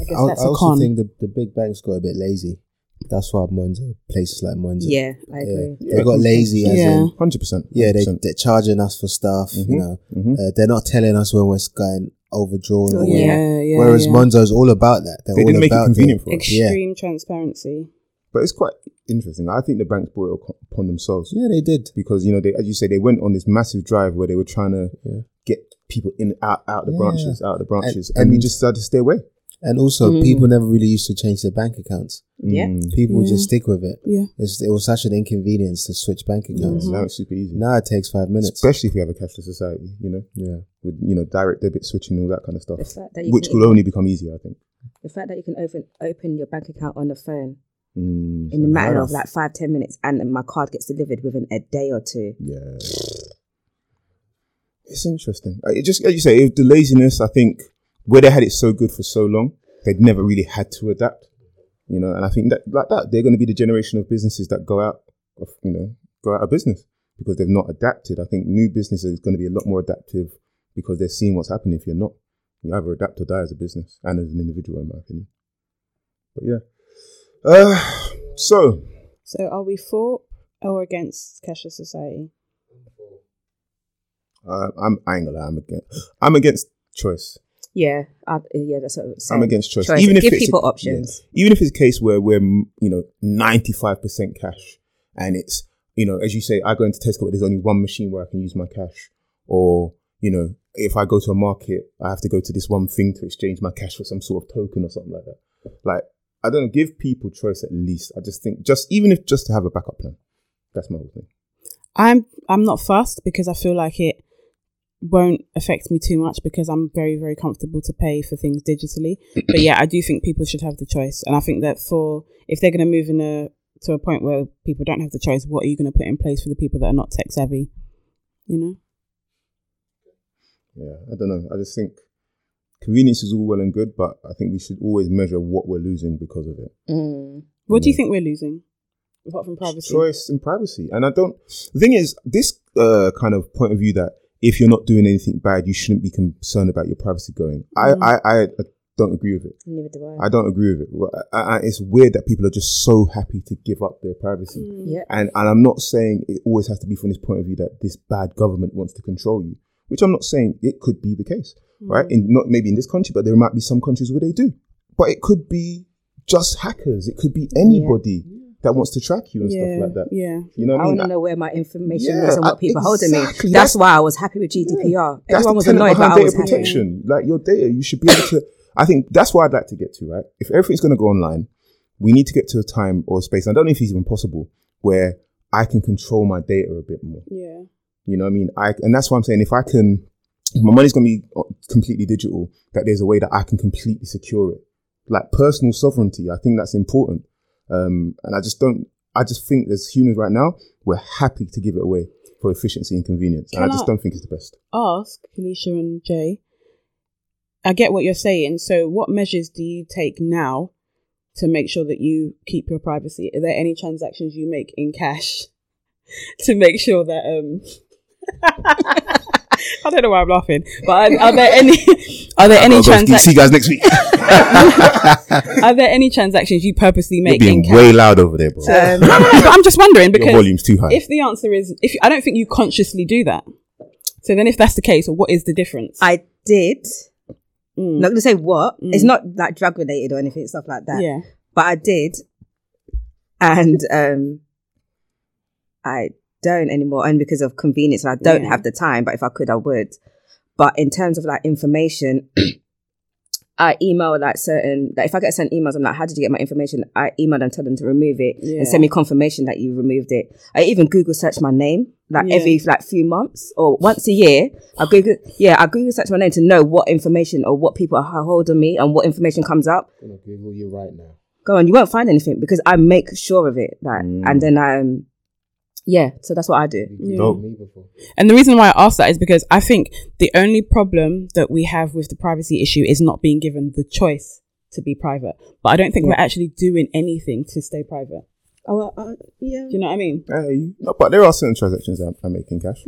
B: I guess
D: I,
B: that's
D: I
B: a
D: also
B: con.
D: think the, the big banks got a bit lazy. That's why Monzo, places like Monzo.
A: Yeah, I
D: Yeah,
A: agree.
D: they got lazy. As
B: Yeah.
D: in,
C: Hundred percent.
D: yeah, they they're charging us for stuff.
C: Mm-hmm.
D: You know, uh, they're not telling us when we're going overdrawn. or
B: Oh, yeah,
D: whatever.
B: yeah.
D: Whereas
B: yeah.
D: Monzo's all about that. They're
C: They
D: all
C: didn't make it
D: about
C: convenient for us.
B: extreme transparency.
C: But it's quite interesting. I think the banks brought it upon themselves.
D: Yeah, they did.
C: because you know they as you say they went on this massive drive where they were trying to get people in out out the
D: Yeah.
C: branches out the branches and,
D: and-
C: we just decided to stay away
D: And also,
B: Mm.
D: people never really used to change their bank accounts.
A: Yeah.
D: People would just stick with it.
B: Yeah.
D: It's, it was such an inconvenience to switch bank
A: Mm-hmm.
D: accounts.
C: now it's super easy
D: Mm-hmm. Now it takes five minutes.
C: especially if we have a cashless society you know yeah with you know direct debit switching all that kind of stuff
A: The fact that you
C: which
A: can-
C: will only become easier I think
A: The fact that you can open open your bank account on the phone
C: Mm,
A: in a matter
C: yeah.
A: of like five, ten minutes, and then my card gets delivered within a day or two.
C: Yeah. It's interesting. Uh, It just, as you say, it, the laziness, I think, where they had it so good for so long, they'd never really had to adapt, you know, and I think that, like that, they're going to be the generation of businesses that go out of, you know, go out of business because they've not adapted. I think new business is going to be a lot more adaptive because they're seeing what's happening if you're not. You either adapt or die as a business and as an individual, in my opinion. But yeah. Uh, so,
B: So are we for or against cashless society?
C: uh, I'm, I ain't gonna lie, I'm against, I'm against choice.
A: Yeah, I, yeah, that's what I'm saying.
C: I'm against choice.
A: Choice.
C: Even if
A: Give
C: it's a-
A: people options.
C: yeah. Even if it's a case where we're mm, you know 95% cash, and it's you know as you say, I go into Tesco, but there's only one machine where I can use my cash, or you know if I go to a market, I have to go to this one thing to exchange my cash for some sort of token or something like that. Like I don't know, give people choice at least. I just think just even if just to have a backup plan, that's my whole thing.
B: I'm I'm not fast because I feel like it won't affect me too much because I'm very very comfortable to pay for things digitally. but yeah, I do think people should have the choice, and I think that for if they're going to move in a to a point where people don't have the choice, what are you going to put in place for the people that are not tech savvy? You know,
C: Yeah, I don't know. I just think convenience is all well and good, but I think we should always measure what we're losing because of it.
A: Mm.
B: what do you
C: Mm.
B: think we're losing apart from privacy?
C: choice and privacy. And I don't. The thing is, this uh, kind of point of view that if you're not doing anything bad, you shouldn't be concerned about your privacy going.
B: Mm.
C: I, I, I don't agree with it.
A: Neither do I.
C: I don't agree with it. Well, I, I, it's weird that people are just so happy to give up their privacy.
B: Mm.
A: yeah,
C: And and I'm not saying it always has to be from this point of view that this bad government wants to control you, which I'm not saying it could be the case,
B: Mm.
C: right? In not maybe in this country, but there might be some countries where they do. But it could be just hackers. It could be anybody that wants to track you and
B: yeah,
C: stuff like that.
B: yeah.
C: You know what
A: I
C: I mean?
A: want to know where my information
C: Yeah,
A: is and
C: I-
A: what people hold of
C: exactly.
A: me. That's
C: That's-
A: why I was happy with GDPR.
C: That's
A: Everyone
C: the
A: was
C: tenet
A: annoyed, but
C: behind
A: I
C: data
A: was happy.
C: protection. Like your data, you should be able to. I think that's what I'd like to get to. Right, if everything's going to go online, we need to get to a time or space. I don't know if it's even possible where I can control my data a bit more.
B: Yeah,
C: You know what I mean? I and that's why I'm saying if I can, if my money's going to be uh, completely digital, that there's a way that I can completely secure it. Like personal sovereignty, I think that's important. Um, and I just don't. I just think as humans right now, we're happy to give it away for efficiency and convenience, and
B: Can
C: I just
B: I-
C: don't think it's the best.
B: ask Felicia and Jay. I get what you're saying. So, what measures do you take now to make sure that you keep your privacy? Are there any transactions you make in cash to make sure that um? I don't know why I'm laughing, but are, are there any are there any transactions
C: guys next week.
B: are there any transactions you purposely
C: You're
B: make in
C: being
B: cash?
C: way loud over there, bro.
B: Um, but I'm just wondering
C: Your
B: because
C: volume's too high.
B: if the answer is if I don't think you consciously do that, so then if that's the case, what is the difference?
A: I did.
B: Mm.
A: Not gonna say what.
B: Mm.
A: It's not like drug related or anything stuff like that.
B: yeah.
A: But I did, and um, I don't anymore, and because of convenience, I don't
B: Yeah.
A: have the time. But if I could, I would. But in terms of like information, I email like certain. Like if I get sent emails, I'm like, "How did you get my information?" I email them, tell them to remove it,
B: Yeah.
A: and send me confirmation that you removed it. I even Google search my name like
B: Yeah.
A: every like few months or once a year. I Google, yeah, I Google search my name to know what information or what people are holding me and what information comes up
D: gonna Google you right now.
A: go on, you won't find anything because I make sure of it. Like, and then I, um, yeah, so that's what I do.
B: Yeah.
C: Mm-hmm.
D: You Googled me before.
B: And the reason why I ask that is because I think the only problem that we have with the privacy issue is not being given the choice to be private. But I don't think we're actually doing anything to stay private.
A: Oh, well, uh, yeah.
B: Do you know what I mean?
C: Hey, no, but there are certain transactions I, I make in cash,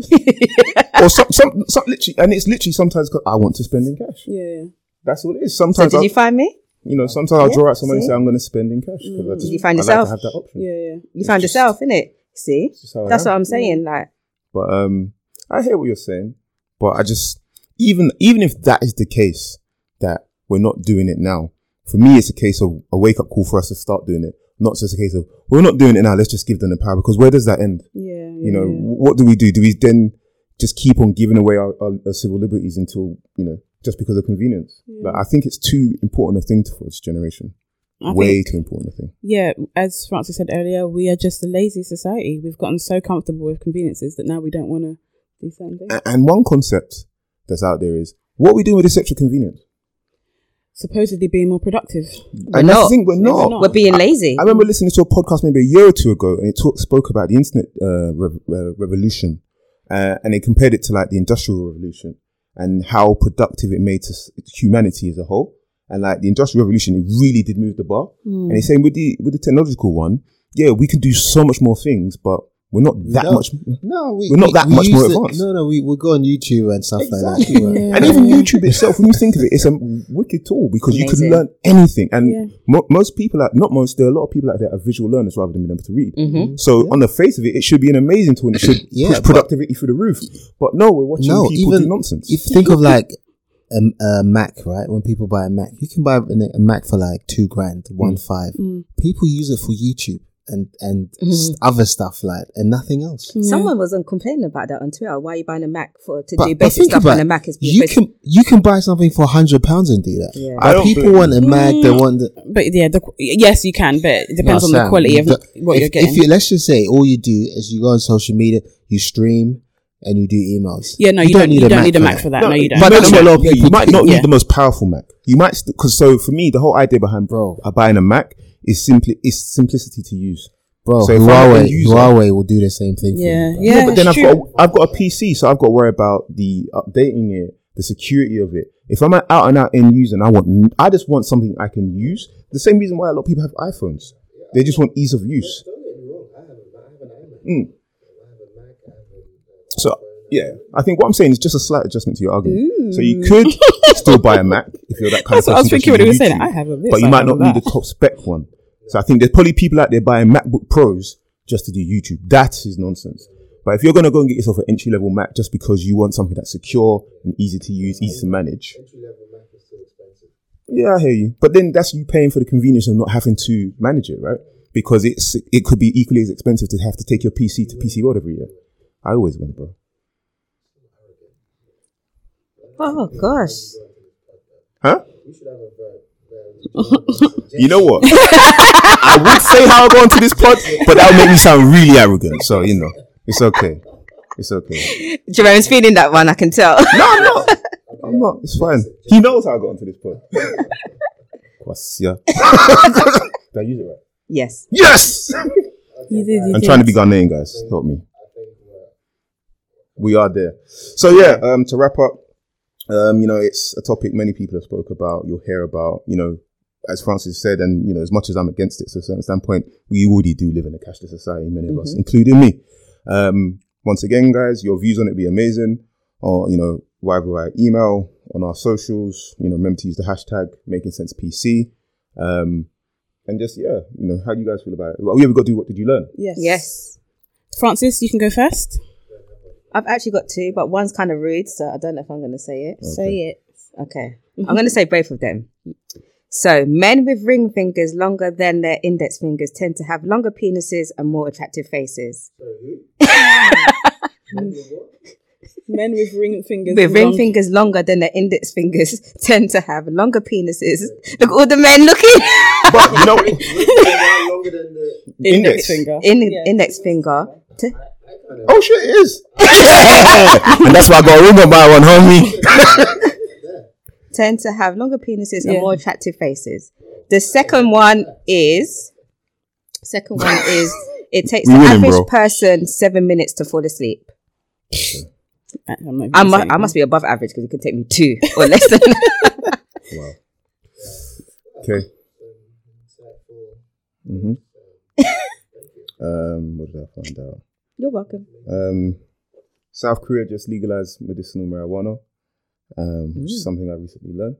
C: or some, some, some, literally, and it's literally sometimes 'cause I want to spend in cash.
B: Yeah.
C: That's all it is.
A: So
C: Sometimes
A: did
C: I,
A: you find me?
C: you know, sometimes I'll
A: Yeah,
C: draw out some money and
A: see?
C: say I'm going to spend in cash. 'cause I just,
A: Did you find
C: I like
A: yourself?
C: to have that option.
B: Yeah, yeah.
A: You found
C: Just- Oh,
A: yourself, innit? See,
C: That's just how I
A: that's
C: am.
A: what I'm saying. Like,
C: But um, I hear what you're saying. But I just even even if that is the case that we're not doing it now, for me it's a case of a wake up call for us to start doing it. Not just a case of we're not doing it now. Let's just give them the power because where does that end?
B: Yeah.
C: You know, wh- what do we do? Do we then just keep on giving away our, our, our civil liberties until you know just because of convenience? Like, I think it's too important a thing for this generation.
B: I
C: Way
B: think-
C: too important a thing.
B: yeah, as Francis said earlier, we are just a lazy society. We've gotten so comfortable with conveniences that now we don't want to do certain things.
C: A- And one concept that's out there is what are we doing with this sexual convenience?
B: supposedly being more productive.
C: and that's the
A: not.
C: thing, we're not.
B: not.
A: We're being lazy.
C: I remember listening to a podcast maybe a year or two ago, and it talk, spoke about the internet uh, rev uh, revolution, uh, and they compared it to like the industrial revolution and how productive it made to s- humanity as a whole. And like the industrial revolution, it really did move the bar. And it's saying with the with the technological one, yeah, we can do so much more things, but we're not that
E: don't.
C: much.
E: No, we,
C: We're not
E: we-
C: that
E: we
C: much
E: use
C: more
E: the-
C: advanced.
E: No, no, we we go on YouTube and stuff like that.
C: Exactly. And even YouTube itself, when you think of it, it's a wicked tool because you
A: Amazing.
C: can learn anything. And
B: Yeah.
C: mo- most people, out, not most, there are a lot of people out there are visual learners rather than being able to read.
A: Mm. Mm-hmm.
C: So on the face of it, it should be an amazing tool and it should
E: Yeah,
C: push
E: but-
C: productivity through the roof. But no, we're watching
E: no,
C: people do
E: even
C: nonsense.
E: if think of like a, a Mac, right? When people buy a Mac, you can buy an- a Mac for like two grand,
C: Mm.
E: one five.
A: Mm.
E: People use it for YouTube and and
A: Mm-hmm.
E: s- other stuff like and nothing else.
A: Someone was um, complaining about that on Twitter. Why are you buying a Mac for to do
E: But, but
A: basic
E: think
A: stuff
E: about
A: and
E: it.
A: a Mac is
E: you
A: basic-
E: can you can buy something for hundred pounds and do that.
A: Yeah. Mm.
C: I
E: But
C: don't
E: people
C: blame
E: want a Mac. They want the,
B: But yeah, the, qu- yes, you can, but it depends
E: No,
B: on the
E: Sam,
B: quality
E: you
B: of
E: don't-
B: what
E: if,
B: you're getting.
E: If you, let's just say all you do is you go on social media, you stream, and you do emails.
B: yeah, no, you, don't. you don't need a Mac for
E: that.
B: that. No, you don't.
C: But
E: But
C: that's
E: that's what
C: what a
E: a
C: lot
E: lot
C: of
E: of
C: people. You
E: people
C: might
E: do.
C: not
B: Yeah.
C: need the most powerful Mac. You might still because so for me, the whole idea behind bro uh, buying a Mac is simply is simplicity to use.
E: Bro,
C: So if I'm not a
E: Huawei,
C: user-
E: Huawei will do the same thing.
B: yeah,
E: for you,
B: yeah,
C: but then
B: it's
C: I've
B: true.
C: got a, I've got a PC, so I've got to worry about the updating it, the security of it. If I'm an out and out end user, and I want n- I just want something I can use. The same reason why a lot of people have iPhones. They just want ease of use.
D: Don't get me wrong, I have a Mac, I have an
C: Mm.
D: iMac, I have a Mac, I have a.
C: So yeah, I think what I'm saying is just a slight adjustment to your argument. So you could still buy a Mac if you're that kind
B: That's
C: of person.
B: what I was thinking when you were
C: watching
B: saying.
C: YouTube,
B: I have a this,
C: but you
B: I
C: might
B: have
C: not
B: that.
C: need the top spec one. So I think there's probably people out there buying MacBook Pros just to do YouTube. That is nonsense. But if you're gonna go and get yourself an entry level Mac just because you want something that's secure and easy to use, easy to manage,
D: Entry level Mac is still expensive.
C: yeah, I hear you. But then that's you paying for the convenience of not having to manage it, right? Because it's it could be equally as expensive to have to take your PC to PC World every year. I always win, bro.
A: Oh gosh.
C: Huh?
D: You should have a verb.
C: You know what? I would say how I go onto this pod, but that would make me sound really arrogant. So you know, it's okay. It's okay.
A: Jerome's feeling that one. I can tell.
C: No, I'm not. I'm not. It's fine. He knows how I got onto this pod. What's yeah? Did I use it right?
A: yes.
C: Yes.
B: You did, you
C: I'm
B: did.
C: trying to be Ghanaian, guys. Help me. We are there. So yeah, um, to wrap up, um, you know, it's a topic many people have spoke about. You'll hear about, you know, as Francis said, and you know, as much as I'm against it to a certain standpoint, we already do live in a cashless society, many of us, including me. Um, once again, guys, your views on it would be amazing. Or you know, via via email on our socials. You know, remember to use the hashtag Making Sense PC. Um, and just yeah, you know, how do you guys feel about it? Well, yeah, we got to do. What did you learn?
B: Yes.
A: Yes.
B: Francis, you can go first.
A: I've actually got two, but one's kind of rude, so I don't know if I'm going to say it.
B: Say it.
A: Okay. I'm going to say both of them. So, men with ring fingers longer than their index fingers tend to have longer penises and more attractive faces.
B: Men with ring fingers.
A: With ring
B: long-
A: fingers longer than their index fingers tend to have longer penises. Look, all the men looking.
C: But you know,
D: longer than the.
B: Index
C: index.
B: finger.
A: In, Index finger. T-
C: Oh shit, it is. and that's why I "Oh, got a ring on my one, homie.
A: tend to have longer penises and
B: Yeah.
A: more attractive faces. The second one is second one is it takes
C: We
A: the
C: winning,
A: average
C: bro.
A: person seven minutes to fall asleep.
B: I'm not even
A: I, mu-
B: saying
A: I must be above average because it could take me two or less than
C: Okay. hmm um, what did I find out?
A: You're welcome.
C: Um, South Korea just legalized medicinal marijuana, um, which is something I recently learned.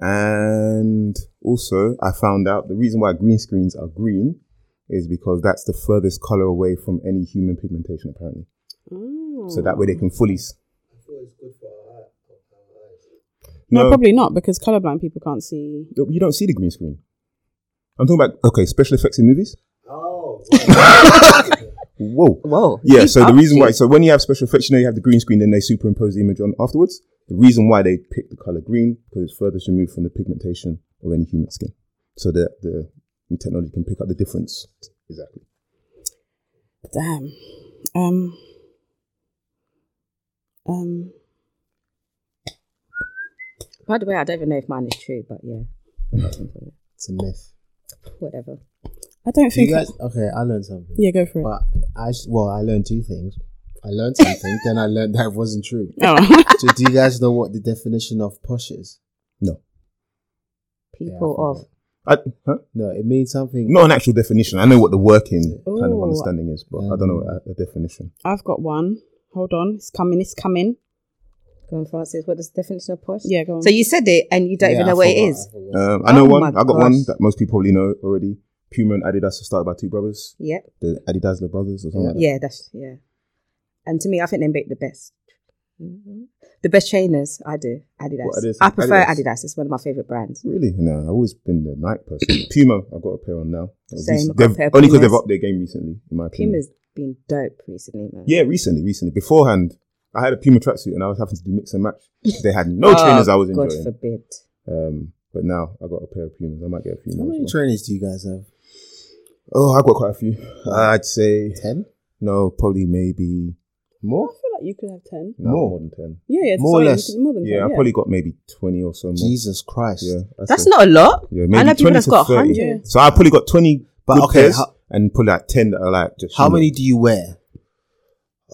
C: And also, I found out the reason why green screens are green is because that's the furthest color away from any human pigmentation, apparently. So that way they can fully. s-
B: No, probably not because colorblind people can't see.
C: You don't see the green screen. I'm talking about okay, special effects in movies.
D: Oh,
C: Whoa.
A: Whoa.
C: Yeah,
A: Keep
C: so the
A: up,
C: reason why,
A: G.
C: so when you have special effects, you know, you have the green screen, then they superimpose the image on afterwards. The reason why they pick the color green because it's furthest removed from the pigmentation of any human skin, so that the technology can pick up the difference. Exactly.
B: Damn. Um. Um.
A: By the way, I don't even know if mine is true, but yeah,
D: It's a myth.
A: whatever.
B: I don't
D: Do you
B: think.
D: guys, okay, I learned something.
B: yeah, go for it.
D: But I s- well, I learned two things. I learned something, then I learned that it wasn't true.
B: Oh.
D: So, do you guys know what the definition of posh is?
A: People
D: Yeah, I
A: of
D: forgot.
C: I, huh?
D: No, it means something.
C: Not an actual definition. I know what the working kind of
B: Ooh.
C: understanding is, but I don't know what a, a definition.
B: I've got one. Hold on, it's coming. It's coming.
A: Go on, Francis. What is the definition of posh?
B: Yeah, go on.
A: So you said it, and you don't
D: Yeah,
A: even
D: I
A: know what it
D: forgot,
A: is.
D: I forgot.
C: Um, I know
A: Oh
C: one.
A: my
C: I got one
A: gosh.
C: that most people probably know already. Puma and Adidas are started by two brothers,
A: Yep.
C: the Adidas the brothers or something like that.
A: Yeah, that's yeah. And to me, I think they make the best, the best trainers. I do Adidas.
C: What, Adidas?
A: I prefer
C: Adidas?
A: Adidas. It's one of my favorite brands.
C: Really? No, I've always been the Nike person. Puma, I've got a pair on now.
A: Same, I've got a
C: They've,
A: pair of
C: only because
A: Pumas.
C: they've upped their game recently, in my opinion.
A: Puma's been dope recently, man.
C: Mm. Yeah, recently, recently. Beforehand, I had a Puma tracksuit and I was having to do mix and match. They had no
A: Oh,
C: trainers I was
A: God
C: enjoying.
A: forbid.
C: Um, but now I got a pair of Pumas. I might get a few
D: How
C: more. as
D: many
C: well.
D: trainers do you guys have?
C: Oh, I've got quite a few. I'd say
D: Ten
C: no, probably maybe
D: more.
B: I feel like you could have ten.
C: no,
D: More?
C: more. than ten.
B: Yeah, yeah.
D: More or
B: sorry, you
D: less.
B: could- More than
C: Yeah,
B: ten.
C: I probably got maybe twenty or so more.
D: Jesus Christ.
C: Yeah,
A: That's
C: it.
A: not a lot.
C: Yeah,
A: I
C: maybe
A: know people
C: twenty
A: that's
C: to
A: got
C: thirty.
A: 100.
B: Yeah.
C: So I probably got twenty.
D: But
C: good
D: okay,
C: pairs
D: how-
C: and probably like ten that are like just.
D: How
C: you know-
D: many do you wear?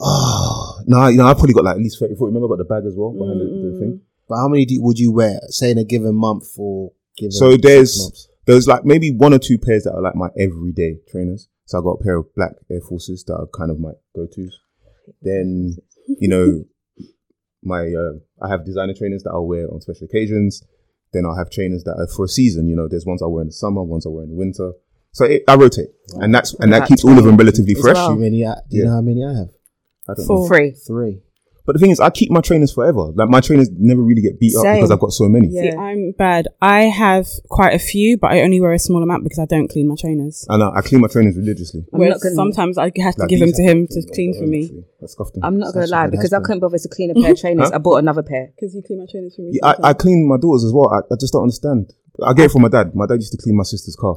C: Oh no, you know I probably got like at least thirty. 40. Remember, I got the bag as well behind the, the thing.
D: But how many do, would you wear, say in a given month or given
C: So
D: six
C: there's-
D: months?
C: There's like maybe one or two pairs that are like my everyday trainers. So I got a pair of black Air Forces that are kind of my go tos. Then, you know, my uh, I have designer trainers that I'll wear on special occasions. Then I'll have trainers that are for a season. You know, there's ones I wear in the summer, ones I wear in the winter. So it, I rotate, and that's and that
A: About
C: keeps all of them relatively
A: as
C: fresh.
A: well.
D: Do you, many I, do you
C: Yeah.
D: know how many I have?
C: I don't
B: Four.
C: know.
A: Free.
D: Three.
C: But the thing is, I keep my trainers forever. Like my trainers never really get beat up
A: Same.
C: because I've got so many.
A: Yeah.
B: See, I'm bad. I have quite a few, but I only wear a small amount because I don't clean my trainers.
C: And I, I clean my trainers religiously.
A: I'm
B: Whereas
A: not gonna-
B: sometimes I have to
C: Like
B: give them
C: these
B: to
C: have-
B: him to clean for me.
C: I scuffed them.
A: I'm not gonna
D: Such a
A: lie
D: good
A: because I
D: husband.
A: couldn't bother to clean a pair of trainers. I bought another pair.
B: Because you clean my trainers for me.
C: Yeah, I, I clean my doors as well. I, I just don't understand. I get it from my dad. My dad used to clean my sister's car.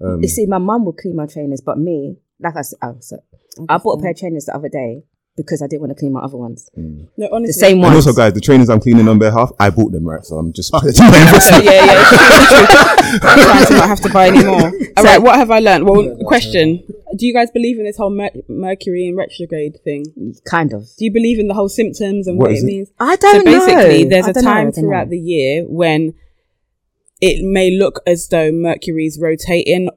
C: Um,
A: You see, my mum will clean my trainers, but me, like I said, oh, sorry. I bought a pair of trainers the other day because I didn't want to clean my other ones.
B: no, honestly,
A: The same
C: and
A: ones.
C: also, guys, the trainers I'm cleaning on their half, I bought them, right? So I'm just.
B: Oh,
C: yeah,
A: yeah, yeah.
B: trying to not have to buy anymore. All right, what have I learned? Well, question: Do you guys believe in this whole mer- Mercury in retrograde thing?
A: Kind of.
B: Do you believe in the whole symptoms and
C: What
B: what,
C: is
B: it
C: it?
B: means?
A: I don't
B: so basically,
A: know.
B: there's
A: Oh, I
B: a
A: don't know, I
B: time
A: don't know.
B: throughout the year when it may look as though Mercury's rotating.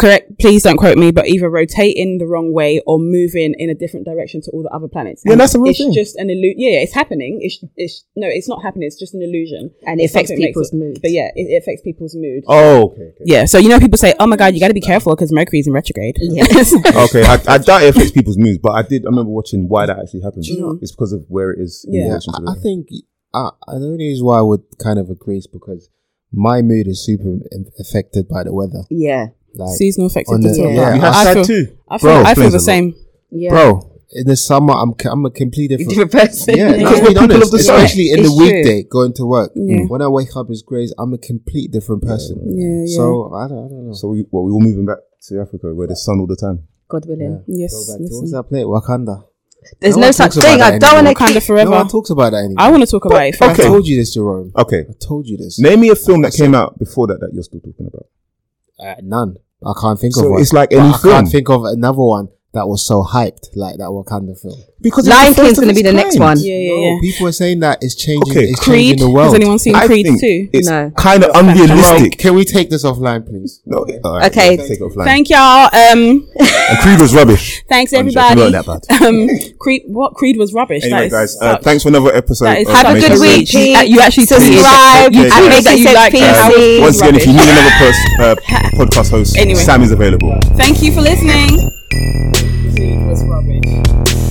B: Correct. Please don't quote me, but either rotating the wrong way or moving in a different direction to all the other planets.
C: Yeah,
B: And
C: that's a real
B: It's
C: thing.
B: just an illusion. Yeah, yeah, it's happening. It's, it's no, it's not happening. It's just an illusion,
A: And it affects
B: Something makes
A: people's
B: it-
A: mood.
B: But yeah, it, it affects people's mood.
C: Oh, okay. okay.
B: Yeah, so you know people say, "Oh my God, you got to be careful because Mercury's in retrograde." Yes.
C: Okay, I, I doubt it affects people's moods, but I did. I remember watching why that actually happens. It's because of where it is in
B: Yeah.
C: relation to
D: I, I
C: the.
D: think I, I, the only reason why I would kind of agree is because my mood is super in- affected by the weather.
A: Yeah.
D: Like,
B: Seasonal affective
D: On the-
B: disorder.
D: yeah,
C: You
D: I
C: have
B: I,
C: side
B: feel,
C: too.
B: I feel,
C: Bro,
B: I feel
C: explains
B: the
C: a lot.
B: same.
A: Yeah.
D: bro, in the summer I'm c- I'm a completely different.
A: Different person.
D: Yeah,
C: Because
D: because
C: we're
D: we're
C: people Mm. of the sun.
D: especially in
A: It's
D: the
A: true.
D: weekday going to work.
B: Yeah.
D: When I wake up, it's great. I'm a complete different person.
B: Yeah, yeah.
D: So I don't, I don't know.
C: So we, well, we were moving back to Africa where there's sun all the time.
A: God willing.
B: yes,
D: What was
B: listen.
D: that play? Wakanda.
A: There's
D: No
A: no,
D: one
A: such
D: talks about
A: thing.
D: that
A: I don't
D: anymore.
A: want to.
B: Wakanda
D: No
B: forever.
D: one talks about that anymore.
B: I want to talk about it.
D: I
B: forever.
D: told you this, Jerome.
C: Okay,
D: I told you this.
C: name me a film that came out before that that you're still talking about.
D: Uh, none. I can't think of
C: So
D: one.
C: it's like
D: But
C: any
D: I
C: film.
D: can't think of another one that was so hyped like that Wakanda film.
C: Because
A: Lion
C: it's the
A: King's
C: first of
A: gonna be
C: its
A: the next one.
C: kind.
B: Yeah, yeah, yeah.
D: People are saying that it's changing.
C: Okay.
D: It's
B: Creed.
D: changing the world.
B: Has anyone seen
C: I
B: Creed
C: think
B: too?
C: It's
A: No.
C: kind of
D: Jerome,
C: unrealistic.
D: can we take this offline, please?
C: No, all right,
A: Okay.
C: let's take it offline.
B: Thank y'all. Um,
C: And Creed was rubbish.
B: thanks
C: I'm joking,
B: everybody.
C: not that
B: Um, Creed. What Creed was rubbish. That
C: Anyway,
B: is
C: guys, uh,
B: such-
C: thanks for another episode.
B: That is
C: of
B: such
A: Have a
C: Make
A: good
B: amazing.
C: It
A: week.
C: Rich.
B: You Uh, you actually
A: Subscribe.
B: tweeted-
C: Yeah,
B: I
C: yeah.
B: think that you like
A: Uh,
B: how-
C: Once again, if you
B: Rubbish.
C: need another pers- uh, podcast host,
B: Anyway.
C: Sam is available.
B: Thank you for listening. Creed was rubbish.